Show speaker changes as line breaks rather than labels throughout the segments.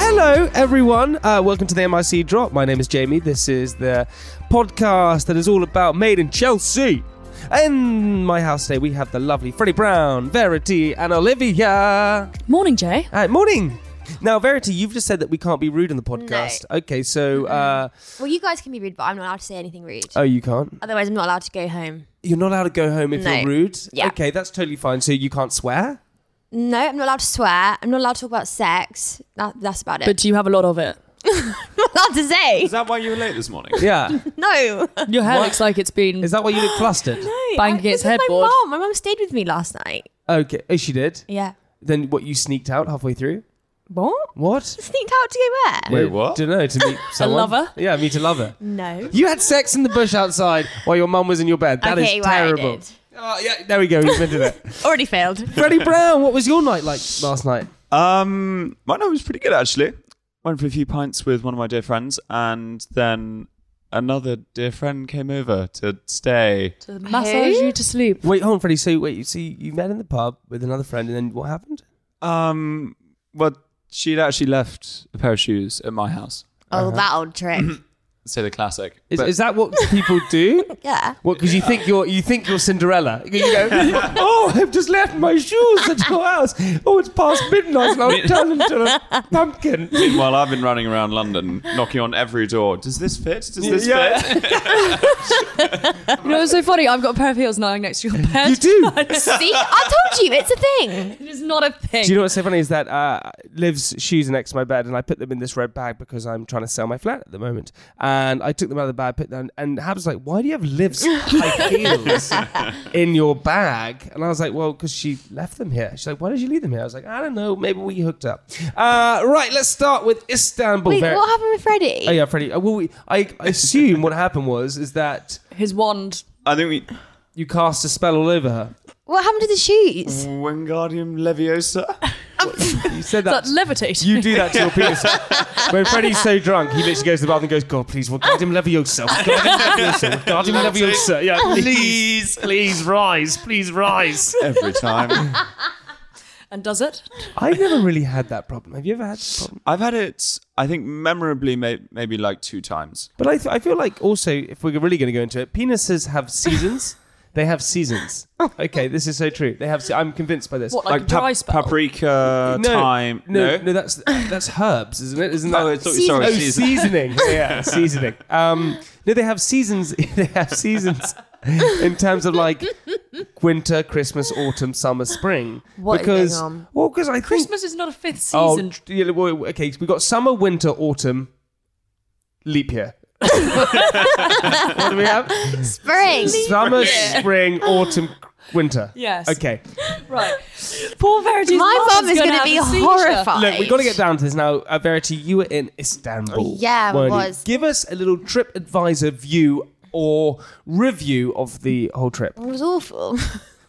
Hello, everyone. Uh, welcome to the MIC Drop. My name is Jamie. This is the podcast that is all about Made in Chelsea. In my house today, we have the lovely Freddie Brown, Verity, and Olivia.
Morning, Jay.
Uh, morning. Now, Verity, you've just said that we can't be rude in the podcast. Okay, so uh,
Well, you guys can be rude, but I'm not allowed to say anything rude.
oh, you can't.
Otherwise, I'm not allowed to go home.
You're not allowed to go home if
Um, No.
you're rude.
Yeah.
Okay, that's totally fine. So you can't swear.
No, I'm not allowed to swear. I'm not allowed to talk about sex. That, that's about it.
But do you have a lot of it?
I'm not allowed to say.
Is that why you were late this morning?
Yeah.
No.
Your hair looks like it's been.
is that why you look flustered?
Banging its
This is
headboard.
My mom. My mom stayed with me last night.
Okay. Oh, she did.
Yeah.
Then what? You sneaked out halfway through.
What?
What?
Sneaked out to go where?
Wait, what?
Don't know. To meet someone.
lover?
Yeah, meet a lover.
No.
You had sex in the bush outside while your mum was in your bed. That is
okay, well, I
terrible.
did.
Oh, yeah, there we go. He's been to that.
Already failed.
Freddie Brown, what was your night like last night?
Um, my night was pretty good actually. Went for a few pints with one of my dear friends, and then another dear friend came over to stay.
to massage
Who?
you to sleep?
Wait, hold on, Freddie. So, wait, you see, you met in the pub with another friend, and then what happened?
Um, well, she'd actually left a pair of shoes at my house.
Oh, that old trick.
So the classic.
Is,
But-
is that what people do?
yeah.
What? Because you think you're you think you're Cinderella. You go, oh, I've just left my shoes at your house. Oh, it's past midnight, and I'll turn into a pumpkin.
Meanwhile, I've been running around London, knocking on every door. Does this fit? Does this
Yeah.
fit?
You know, it's so funny. I've got a pair of heels lying next to your bed.
You do.
See, I told you, it's a thing.
It is not a thing.
Do you know what's so funny is that uh, Liv's shoes are next to my bed, and I put them in this red bag because I'm trying to sell my flat at the moment. And I took them out of the bag, put them, and Hab's like, "Why do you have Liv's high heels in your bag?" And I was like, "Well, because she left them here." She's like, "Why did you leave them here?" I was like, "I don't know. Maybe we hooked up." Uh, right, let's start with Istanbul.
Wait,
Ver-
what happened with Freddie?
Oh yeah, Freddie. Uh, well, we, I, I assume what happened was is that
His wand.
I think we.
you cast a spell all over her.
What happened to the shoes?
Wingardium Leviosa.
You said that
That levitate.
You do that to your penis. when Freddie's so drunk, he literally goes to the bathroom and goes, God, please, we'll guard him Leviosa. We'll guard him Leviosa. We'll guard him Leviosa. Yeah, please, please rise. Please rise.
Every time.
and does it?
I've never really had that problem. Have you ever had that problem?
I've had it. I think memorably, may- maybe like two times.
But I, th- I feel like also, if we're really going to go into it, penises have seasons. They have seasons. Okay, this is so true. They have. Se- I'm convinced by this.
What, like, a
pap-
dry spell?
paprika,
No,
thyme.
No, no, that's that's herbs, isn't it? Isn't that?
Oh, I thought you- sorry,
oh,
season.
seasoning. yeah, seasoning. Um, no, they have seasons. they have seasons in terms of like winter, Christmas, autumn, summer, spring.
What is going
because,
on?
Well, because I think
Christmas is not a fifth
Oh,
season.
yeah, well, okay. We have got summer, winter, autumn, leap year. what do we have?
Spring.
Summer, spring, autumn, winter.
Yes.
Okay.
Right. Poor Verity's
My
mum
mum is
gonna
going to
have
be
a seizure.
horrified.
Look, we've got to get down to this now. Uh, Verity, you were in Istanbul.
Yeah, I
weren't you?
was.
Give us a little trip advisor view or review of the whole trip.
It was awful.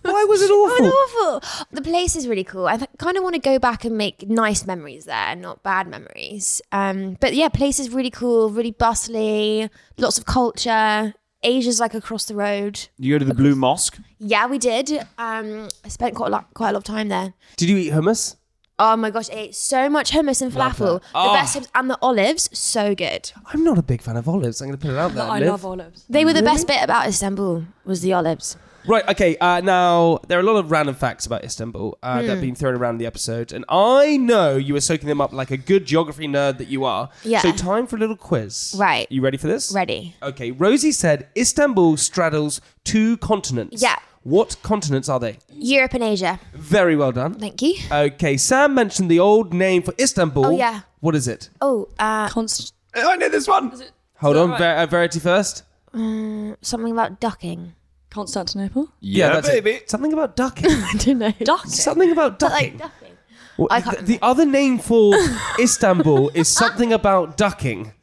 Why was it
It
awful?
was awful. The place is really cool. I kind of want to go back and make nice memories there, not bad memories. Um, but yeah, place is really cool, really bustly, lots of culture. Asia's like across the road.
You go to the Blue Mosque.
Yeah, we did. Um, I spent quite a lot, quite a lot of time there.
Did you eat hummus?
Oh my gosh, I ate so much hummus and falafel. The best best hummus- and the olives, so good.
I'm not a big fan of olives. I'm going to put it out there.
I
Liv.
love olives.
They were the best bit about Istanbul was the olives.
Right, okay. Uh, now, there are a lot of random facts about Istanbul uh,
Hmm.
that have been thrown around in the episode, and I know you were soaking them up like a good geography nerd that you are.
Yeah.
So, time for a little quiz.
Right.
You ready for this?
Ready?
Okay, Rosie said Istanbul straddles two continents.
Yeah.
What continents are they?
Europe and Asia.
Very well done.
Thank you.
Okay, Sam mentioned the old name for Istanbul.
Oh, yeah.
What is it?
Oh, uh,
Const-
Oh, I know this one.
Hold
that
on,
right?
Ver- uh, Verity first.
something about ducking.
Constantinople.
Yeah, baby.
It. Something about ducking.
I don't know.
Duck.
something about ducking.
Like ducking.
What-
I can't
the, the other name for Istanbul is something about ducking.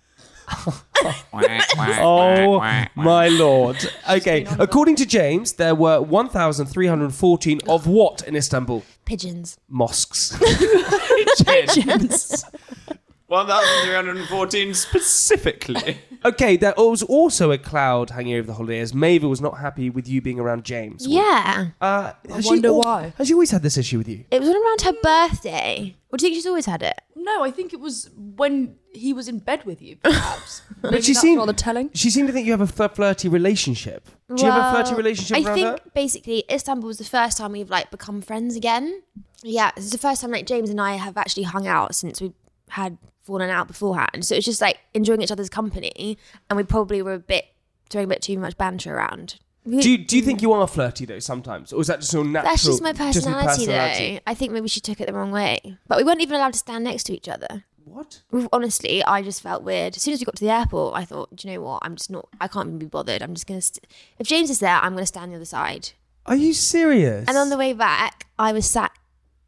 oh my lord. Okay, according to James, there were 1,314 of what in Istanbul?
Pigeons.
Mosques.
One thousand three hundred and fourteen specifically.
Okay, there was also a cloud hanging over the holidays. Maeve was not happy with you being around James.
Yeah.
Uh, has she
wonder
al-
why.
Has she always had this issue with you?
It was around her birthday. Or do you think she's always had it?
No, I think it was when he was in bed with you, perhaps.
But she seemed
rather telling.
She seemed to think you have a fl- flirty relationship. Do you have a flirty
Well,
relationship
I
around
think
her?
basically Istanbul was the first time we've like become friends again. Yeah, it's the first time like James and I have actually hung out since we had fallen out beforehand. So it's just like enjoying each other's company, and we probably were a bit throwing a bit too much banter around. We-
Do you, do you think you are flirty though sometimes, or is that just all natural?
That's just my
your
personality,
personality?
though. I think maybe she took it the wrong way. But we weren't even allowed to stand next to each other.
What?
We- Honestly, I just felt weird. As soon as we got to the airport, I thought, do you know what? I'm just not, I can't even be bothered. I'm just going to, st- if James is there, I'm going to stand on the other side.
Are you serious?
And on the way back, I was sat,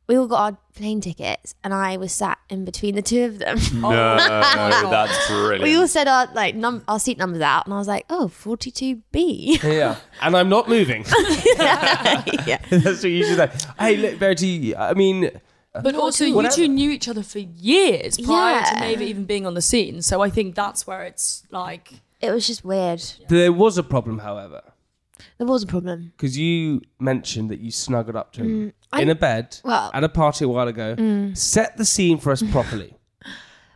we all got our plane tickets, and I was sat in between the two of them.
No, that's brilliant.
We all said our like num- our seat numbers out, and I was like, "Oh, 42B."
yeah, and I'm not moving.
yeah.
That's what you should say. Hey, look, Verity. I mean,
But also, you
Whatever.
two knew each other for years prior to
Yeah.
Maeve even being on the scene. So I think that's where it's like.
It was just weird.
there was a problem, however,
There was a problem.
because you mentioned that you snuggled up to him
Mm, I-
in a bed
well-
at a party a while ago. Set the scene for us properly.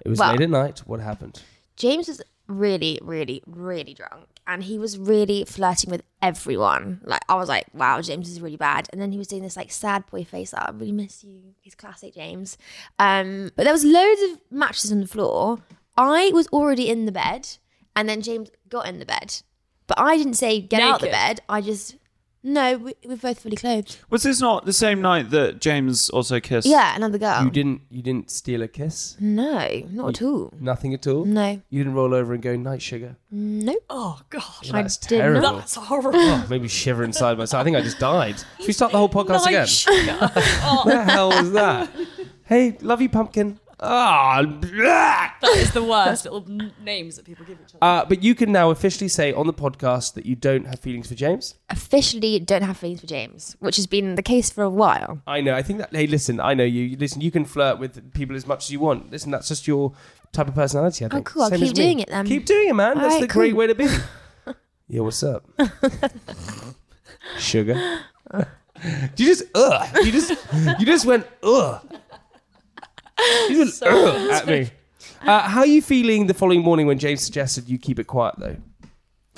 it was
Mm. Well-
late at night. What happened?
James was really, really, really drunk, and he was really flirting with everyone. Like I was like, "Wow, James is really bad," and then he was doing this like sad boy face. Like, I really miss you. He's classic James. Um, but there was loads of matches on the floor. I was already in the bed, and then James got in the bed, but I didn't say get out the
Naked.
bed. I just no, we, we're both fully clothed.
Was this not the same night that James also kissed?
Yeah, another girl.
You didn't. You didn't steal a kiss.
No, not at all.
Nothing at all.
Mm. No,
You didn't roll over and go night sugar.
no.
Oh, God.
That's
did not.
terrible.
That's horrible.
Oh, maybe shiver inside myself. I think I just died. Should we start the whole podcast again?
Nice. oh,
What the hell was that? Hey, love you, pumpkin. Ah, blah.
that is the worst little n- names that people give each
uh,
other.
but you can now officially say on the podcast that you don't have feelings for James.
Officially, don't have feelings for James, which has been the case for a while.
I know. I think that. Hey, listen. I know you. You- Listen. You can flirt with people as much as you want. Listen. That's just your type of personality. I think.
Oh, cool, I'll
Same
keep
as me.
doing it then.
Keep doing it, man.
All
That's
right,
the great
cool.
way to be. yeah. What's up, sugar? you just ugh. You just you just went ugh. You just
So
ugh at me. Uh, how are you feeling the following morning when James suggested you keep it quiet though?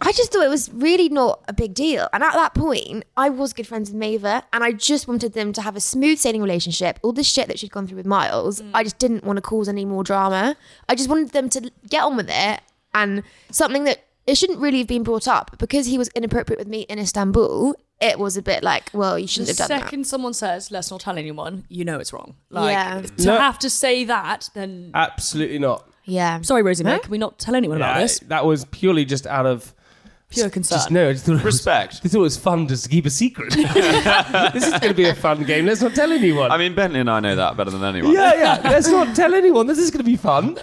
I just thought it was really not a big deal. And at that point, I was good friends with Maeve and I just wanted them to have a smooth sailing relationship. All this shit that she'd gone through with Miles,
Mm.
I just didn't want to cause any more drama. I just wanted them to get on with it and something that it shouldn't really have been brought up because he was inappropriate with me in Istanbul. It was a bit like, well, you
The
shouldn't have done
second someone says, let's not tell anyone, you know it's wrong. Like,
Yeah.
to
No.
have to say that, then.
Absolutely not.
that. Yeah.
Sorry, Rosie May, can we not tell anyone about
Yeah,
this?
That was purely just out of
Pure
Just
concern.
no, I just thought it was-
Respect.
They thought it was fun just to keep a secret. this is going to be a fun game. Let's not tell anyone.
I mean, Bentley and I know that better than anyone.
yeah, yeah. Let's not tell anyone. This is going to be fun.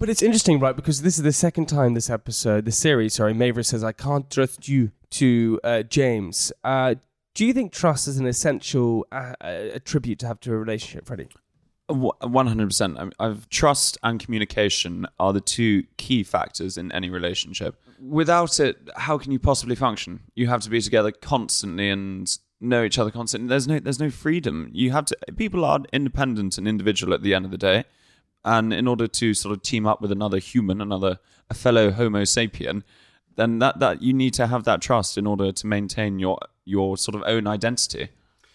but it's interesting, right? Because this is the second time this episode, the series, sorry, Maver says, I can't trust you to uh, James. Uh, do you think trust is an essential uh, uh, attribute to have to a relationship, Freddie?
One hundred percent. I've trust and communication are the two key factors in any relationship. Without it, how can you possibly function? You have to be together constantly and know each other constantly. There's no, there's no freedom. You have to. People are independent and individual at the end of the day, and in order to sort of team up with another human, another a fellow Homo sapien, then that that you need to have that trust in order to maintain your your sort of own identity.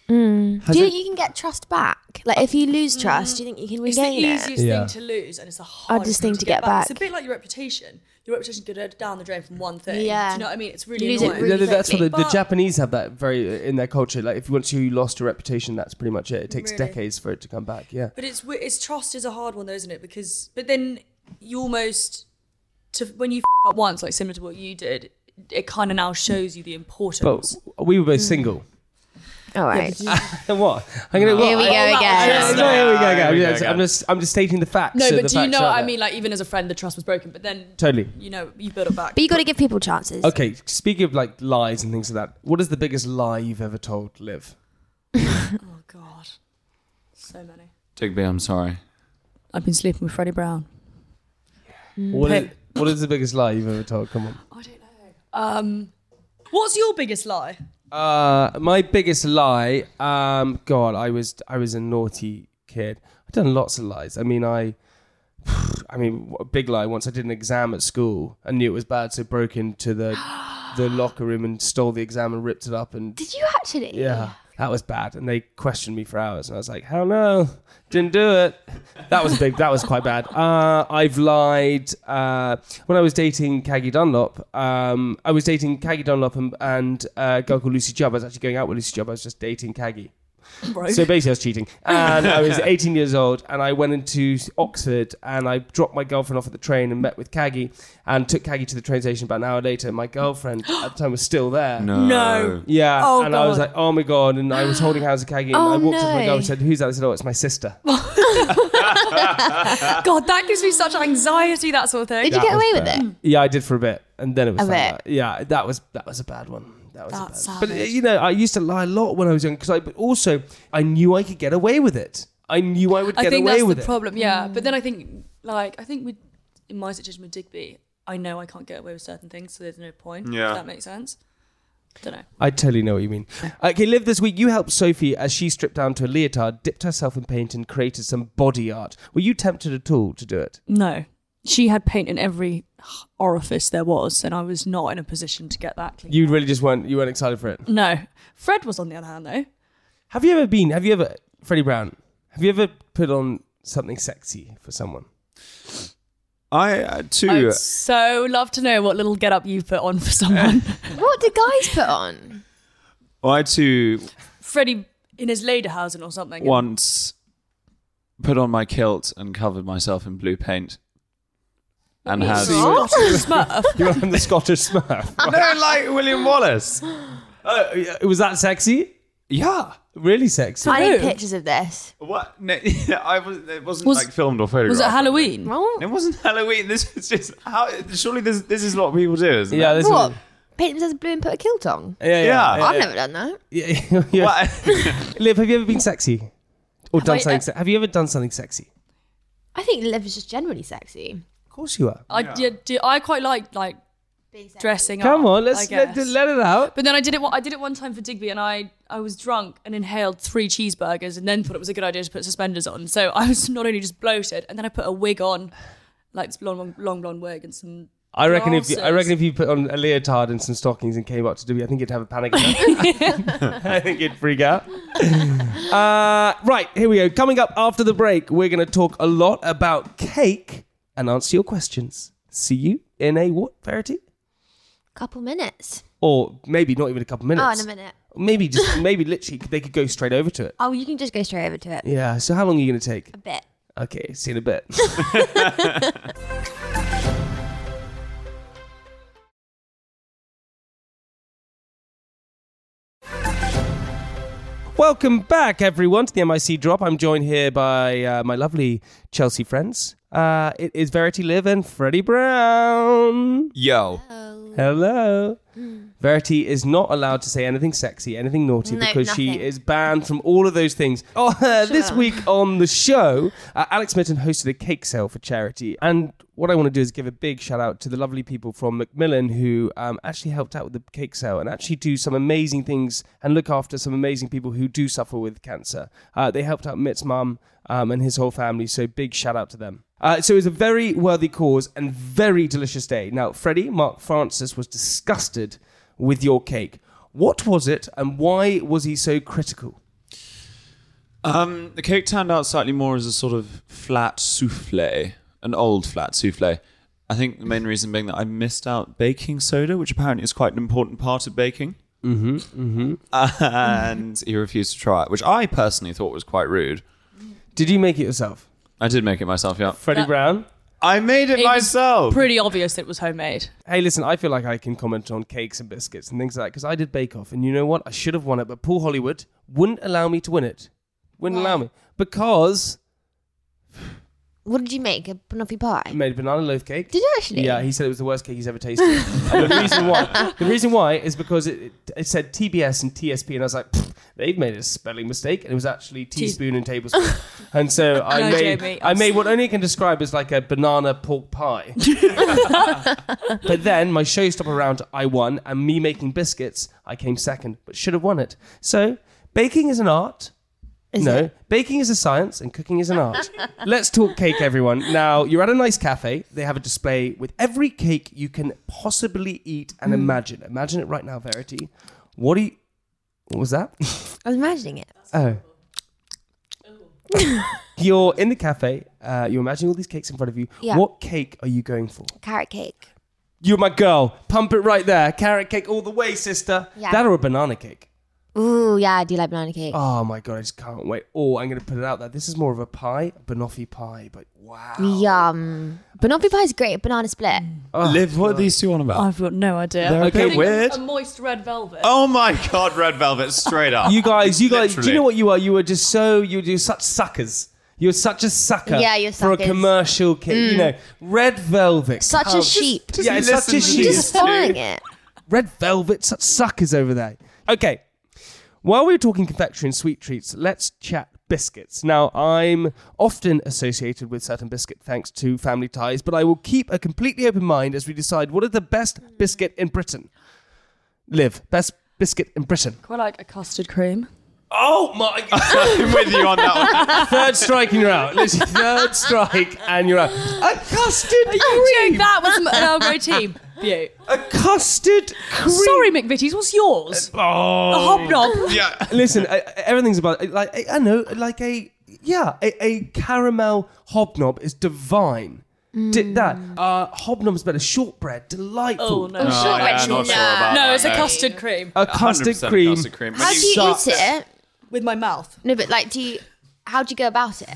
Has
do you
it-
think you can get trust back? Like, if you lose trust, do you think you can
Mm. It's the
regain it?
easiest
Yeah.
thing to lose, and it's the hardest
thing to get
It's
back.
a bit like your reputation. Your reputation could go down the drain from one thing.
Yeah.
Do you know what I mean? It's really
You lose it
annoying.
Th- th- that's what
quickly.
the, the
But-
Japanese have that very uh, in their culture. Like, if once you lost your reputation, that's pretty much it. It takes
Really?
decades for it to come back. Yeah.
But it's wi- it's trust is a hard one though, isn't it? Because but then you almost to when you f- up once, like similar to what you did, it kind of now shows you the
But
importance.
we were
Hmm.
both single.
All right.
what? I'm gonna.
Here we go
I-
again.
I- no, here we go.
Here
again.
we go
I'm, just,
again.
I'm just, I'm just stating the facts.
no,
so
but
the
do you
facts
know
are
what I
there.
mean? Like even as a friend, the trust was broken, but then
Totally.
you know you build it back.
But you got to give people chances.
Okay. Speaking of like lies and things like that, what is the biggest lie you've ever told, Liv?
oh god, so many.
Digby, I'm sorry.
I've been sleeping with Freddie Brown.
What
Pip.
is- What is the biggest lie you've ever told? Come on.
I don't know. Um, what's your biggest lie?
Uh, my biggest lie. Um, God, I was I was a naughty kid. I've done lots of lies. I mean, I, I mean, a big lie. Once I did an exam at school and knew it was bad, so broke into the the locker room and stole the exam and ripped it up and
Did you actually?
yeah. That was bad, and they questioned me for hours, and I was like, "Hell no, didn't do it." That was big. That was quite bad. Uh, I've lied. Uh, when I was dating Kagi Dunlop, um, I was dating Kagi Dunlop and, and uh, a girl called Lucy Jubb. I was actually going out with Lucy Jubb. I was just dating Kagi.
Bro.
So basically, I was cheating. And I was 18 years old, and I went into Oxford, and I dropped my girlfriend off at the train and met with Kagi, and took Kagi to the train station. About an hour later, my girlfriend at the time was still there.
No.
No.
Yeah.
Oh,
and I was
God.
like, oh my God. And I was holding hands with Kagi and
Oh,
I walked up to my
no.
girl and said, who's that? I said, oh, it's my sister.
God, that gives me such anxiety. That sort of thing.
Did you
That
get
was
away with
bad.
it?
Yeah, I did for a bit. And then it was found
A bit.
out. Yeah, that was that was a bad one. That was
That's
a bad one. But, uh,
savage.
you know, I used to lie a lot when I was young because I, but also, I knew I could get away with it. I knew I would get
I think
away
that's
with
the
it.
problem. Yeah, but then I think, like, I think with in my situation with Digby, I know I can't get away with certain things, so there's no point.
Yeah.
if that makes sense. Don't know.
I totally know what you mean. Okay, Liv, this week you helped Sophie as she stripped down to a leotard, dipped herself in paint, and created some body art. Were you tempted at all to do it?
No, she had paint in every orifice there was, and I was not in a position to get that clean.
You really just weren't. You weren't excited for it.
no, Fred was on the other hand though.
Have you ever been? Have you ever, Freddie Brown? Have you ever put on something sexy for someone?
I uh, too.
I'd so love to know what little get up you put on for someone.
What did guys put on?
I too
Freddie in his Lederhausen or something.
once put on my kilt and covered myself in blue paint, and had
So you-
Smurf.
You're on the Scottish Smurf.
no like William Wallace.
Oh, yeah, was that sexy?
Yeah.
Really sexy.
I need
Who?
pictures of this.
What? No, I was. It wasn't
Was-
like filmed or photographed.
Was it Halloween?
Oh,
It wasn't Halloween. This was just how. Surely this this is what people do, isn't
Yeah,
it?
this
what?
Is,
Paint themselves blue and put a kilt on.
yeah,
Yeah.
yeah.
I've
yeah,
never done that.
yeah, yeah, yeah.
What?
Liv, have you ever been sexy? Or done
I-
something? se- have you ever done something sexy?
I think Liv is just generally sexy.
Of course you are.
I did. do- I quite like like dressing up.
Come on,
I
let's let,
guess.
let it out.
But then I did it. one- I did it one time for Digby, and I I was drunk and inhaled three cheeseburgers, and then thought it was a good idea to put suspenders on. So I was not only just bloated, and then I put a wig on, like this long, long blonde wig, and some.
I reckon if you, I
Glasses.
reckon if you put on a leotard and some stockings and came up to Dewey, I think you'd have a panic attack. I think you'd freak out. Uh, right, here we go. Coming up after the break, we're going to talk a lot about cake and answer your questions. See you in a what, Verity?
Couple minutes.
Or maybe not even a couple minutes.
Oh, in a minute.
Maybe just maybe literally they could go straight over to it.
Oh, you can just go straight over to it.
Yeah. So how long are you going to take?
A bit.
Okay, see you in a bit. Welcome back, everyone, to the MIC Drop. I'm joined here by uh, my lovely Chelsea friends. Uh, it is Verity Liv and Freddie Brown.
Yo.
Oh.
Hello.
Hmm.
Verity is not allowed to say anything sexy, anything naughty,
No,
because she
nothing.
is banned from all of those things. Oh, this
up.
week on the show, uh, Alex Mitten hosted a cake sale for charity. And what I want to do is give a big shout out to the lovely people from Macmillan who um, actually helped out with the cake sale and actually do some amazing things and look after some amazing people who do suffer with cancer. Uh, they helped out Mitt's mum um, and his whole family, so big shout out to them. Uh, so it was a very worthy cause and very delicious day. Now, Freddie, Mark Francis was disgusted with your cake. What was it and why was he so critical?
Um, the cake turned out slightly more as a sort of flat souffle, an old flat souffle. I think the main reason being that I missed out baking soda, which apparently is quite an important part of baking. Mm-hmm. Mm-hmm. And he refused to try it, which I personally thought was quite rude.
Did you make it yourself?
I did make it myself, yeah.
Freddie
That-
Brown?
I made
It
it,
was
myself.
Pretty obvious that it was homemade.
Hey, listen, I feel like I can comment on cakes and biscuits and things like that because I did Bake Off, and you know what? I should have won it, but Paul Hollywood wouldn't allow me to win it. Wouldn't allow me because
What did you make? A banoffee pie?
made a banana loaf cake.
Did you actually?
Yeah, he said it was the worst cake he's ever tasted. and the reason why, the reason why is because it, it, it said TBS and TSP, and I was like, "Pfft, they've made a spelling mistake, and it was actually teaspoon and tablespoon. and so I
No,
made,
Jamie,
I made what only can describe as like a banana pork pie. but then my showstopper round, I won, and me making biscuits, I came second, but should have won it. So baking is an art.
Is
no,
it?
baking is a science and cooking is an art. Let's talk cake, everyone. Now, you're at a nice cafe. They have a display with every cake you can possibly eat and
Hmm.
imagine. Imagine it right now, Verity. What do you. What was that?
I was imagining it.
Oh. you're in the cafe. Uh, you're imagining all these cakes in front of you.
Yeah.
What cake are you going for?
Carrot cake.
You're my girl. Pump it right there. Carrot cake all the way, sister.
Yeah.
That or a banana cake?
Ooh, yeah, I do like banana cake.
Oh my god, I just can't wait. Oh, I'm gonna put it out there. This is more of a pie, banoffee pie, but wow.
Yum. Banoffee pie is great. Banana split.
Oh,
Liv, what are these two on about?
I've got no idea.
They're
I
okay,
think
weird.
A moist red velvet.
Oh my god, Red Velvet, straight up.
You guys, you guys, do you
Literally.
know what you are? You are just so you do such suckers. You're such a sucker.
Yeah, you're
for a
suckers. Mm.
commercial kid. You know, red velvet.
Such a
Oh,
sheep.
yeah, it's such a
listen to
sheep.
these
just following it.
Red velvet, such suckers over there. Okay. While we were talking confectionery and sweet treats, let's chat biscuits. Now, I'm often associated with certain biscuit thanks to family ties, but I will keep a completely open mind as we decide what are the best biscuit in Britain. Live, best biscuit in Britain.
Quite like a custard cream.
Oh my
I'm with you on that one.
Third strike and you're out. Literally, third strike and you're out. A custard
Are you
cream.
doing that with some elbow tea? Beaut.
A custard cream.
Sorry, McVitie's, what's yours?
Oh.
A hobnob.
Yeah.
Listen, I, I- everything's about like I, I know, like a yeah, a, a caramel hobnob is divine. Did that uh, hobnob's better shortbread, delightful.
Mm. Oh, no.
Sure,
yeah,
actually,
not sure
no.
about
No,
that,
it's a
no.
custard cream.
A custard
100%
cream.
custard cream. When
How do you
sucks.
eat it?
With my mouth.
No, but like, do you? How do you go about it?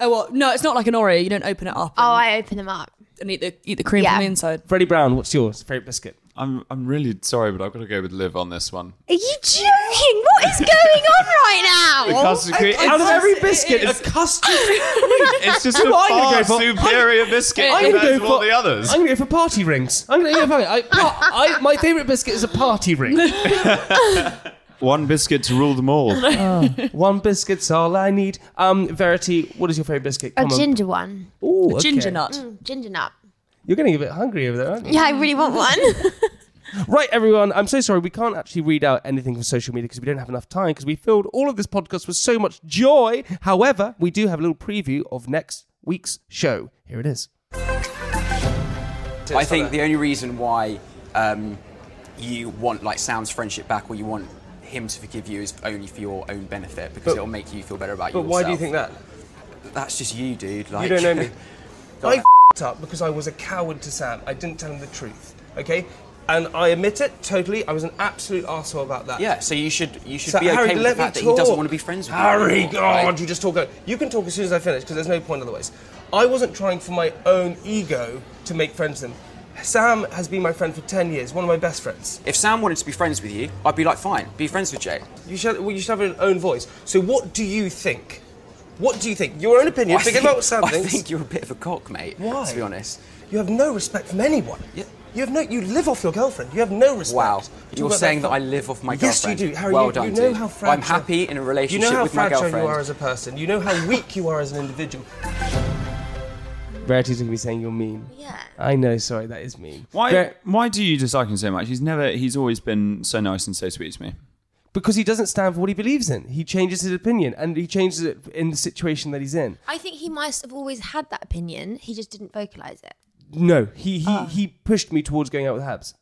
Oh, well, no, it's not like an Oreo. You don't open it up and,
Oh, I open them up.
and eat the eat the cream
Yeah.
from the inside.
Freddie Brown, what's yours? Favorite biscuit?
I'm, I'm really sorry, but I've got to go with Liv on this one.
Oh,
Are you joking? What is going on right now?
Custard cream.
Out of
It's,
every biscuit, a custard.
it's just a
I'm gonna go
far
for-
superior biscuit
I'm gonna
compared
go
to all
for
the others.
I'm gonna go for party rings. I'm gonna go for. I, I, my favorite biscuit is a party ring.
One biscuit to rule them all.
One biscuit's all I need. Um, Verity, what is your favorite biscuit?
A
Come on.
ginger one.
Ooh,
Ginger
okay.
nut.
Mm, Ginger nut.
You're getting a bit hungry over there, aren't you?
Yeah, I really want one.
Right, everyone. I'm so sorry. We can't actually read out anything from social media because we don't have enough time because we filled all of this podcast with so much joy. However, we do have a little preview of next week's show. Here it is.
I think the only reason why um, you want like Sam's friendship back or you want him to forgive you is only for your own benefit because
But-
it'll make you feel better about
But
yourself.
why do you think that?
That's just you, dude. Like
You don't know me. I
Like-
f***ed up because I was a coward to Sam. I didn't tell him the truth. Okay, and I admit it totally. I was an absolute asshole about that.
Yeah, so you should you should
So
be okay
Harry,
with
let
the fact
me
that he doesn't
talk.
want to be friends with
Harry,
you. anymore,
God,
right?
you just talk. o- You can talk as soon as I finish because there's no point otherwise. I wasn't trying for my own ego to make friends with him. Sam has been my friend for ten years, one of my best friends.
If Sam wanted to be friends with you, I'd be like, fine, be friends with Jay.
You should, well, you should have your own voice. So, what do you think? What do you think? Your own opinion.
I
Forget
think-
about what Sam
I
thinks.
think you're a bit of a cock, mate.
Why?
To be honest.
You have no respect from anyone.
Yeah.
You have no. You live off your girlfriend. You have no respect.
Wow,
Talk
you're
about
saying
that
that I live off my
Yes, you
girlfriend.
do, Harry.
Well
you,
done,
you know
dude.
how fragile.
I'm happy in a relationship
You know how
with my
fragile
girlfriend.
you are as a person. You know how weak you are as an individual. Verity's gonna be saying you're mean.
yeah.
I know. Sorry, that is mean.
Why?
Ver-
why do you dislike him so much? He's never. He's always been so nice and so sweet to me.
because he doesn't stand for what he believes in. He changes his opinion, and he changes it in the situation that he's in.
I think he must have always had that opinion. He just didn't vocalize it.
No, he he, he pushed me towards going out with Habs.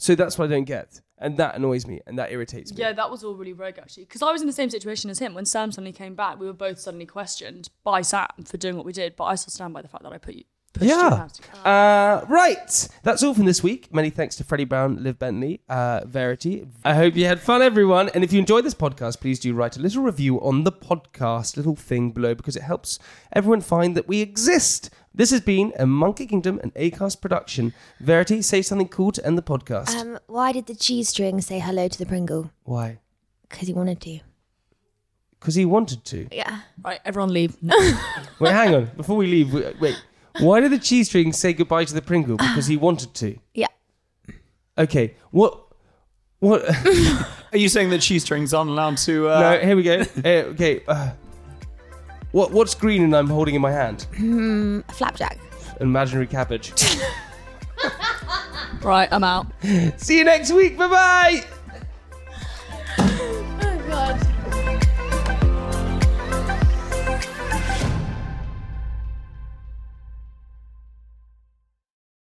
So that's what I don't get, and that annoys me, and that irritates me.
Yeah, that was all really rogue actually. Because I was in the same situation as him. When Sam suddenly came back, we were both suddenly questioned by Sam for doing what we did. But I still stand by the fact that I put you. pushed you
Yeah.
out.
Uh, right. That's all from this week. Many thanks to Freddie Brown, Liv Bentley, uh, Verity. I hope you had fun, everyone. And if you enjoyed this podcast, please do write a little review on the podcast little thing below because it helps everyone find that we exist. This has been a Monkey Kingdom and Acast production. Verity, say something cool to end the podcast.
Um, why did the cheese string say hello to the Pringle?
Why?
Because he wanted to.
because he wanted to.
Yeah.
Right, everyone leave.
Wait, hang on. Before we leave, w- wait. Why did the cheese string say goodbye to the Pringle? Because he wanted to.
Yeah.
Okay. What? What?
Are you saying that cheese strings aren't allowed to? Uh,
no. Here we go. Uh, okay. Uh, what? What's green and I'm holding in my hand?
A flapjack.
Imaginary cabbage.
right, I'm out.
See you next week. Bye bye.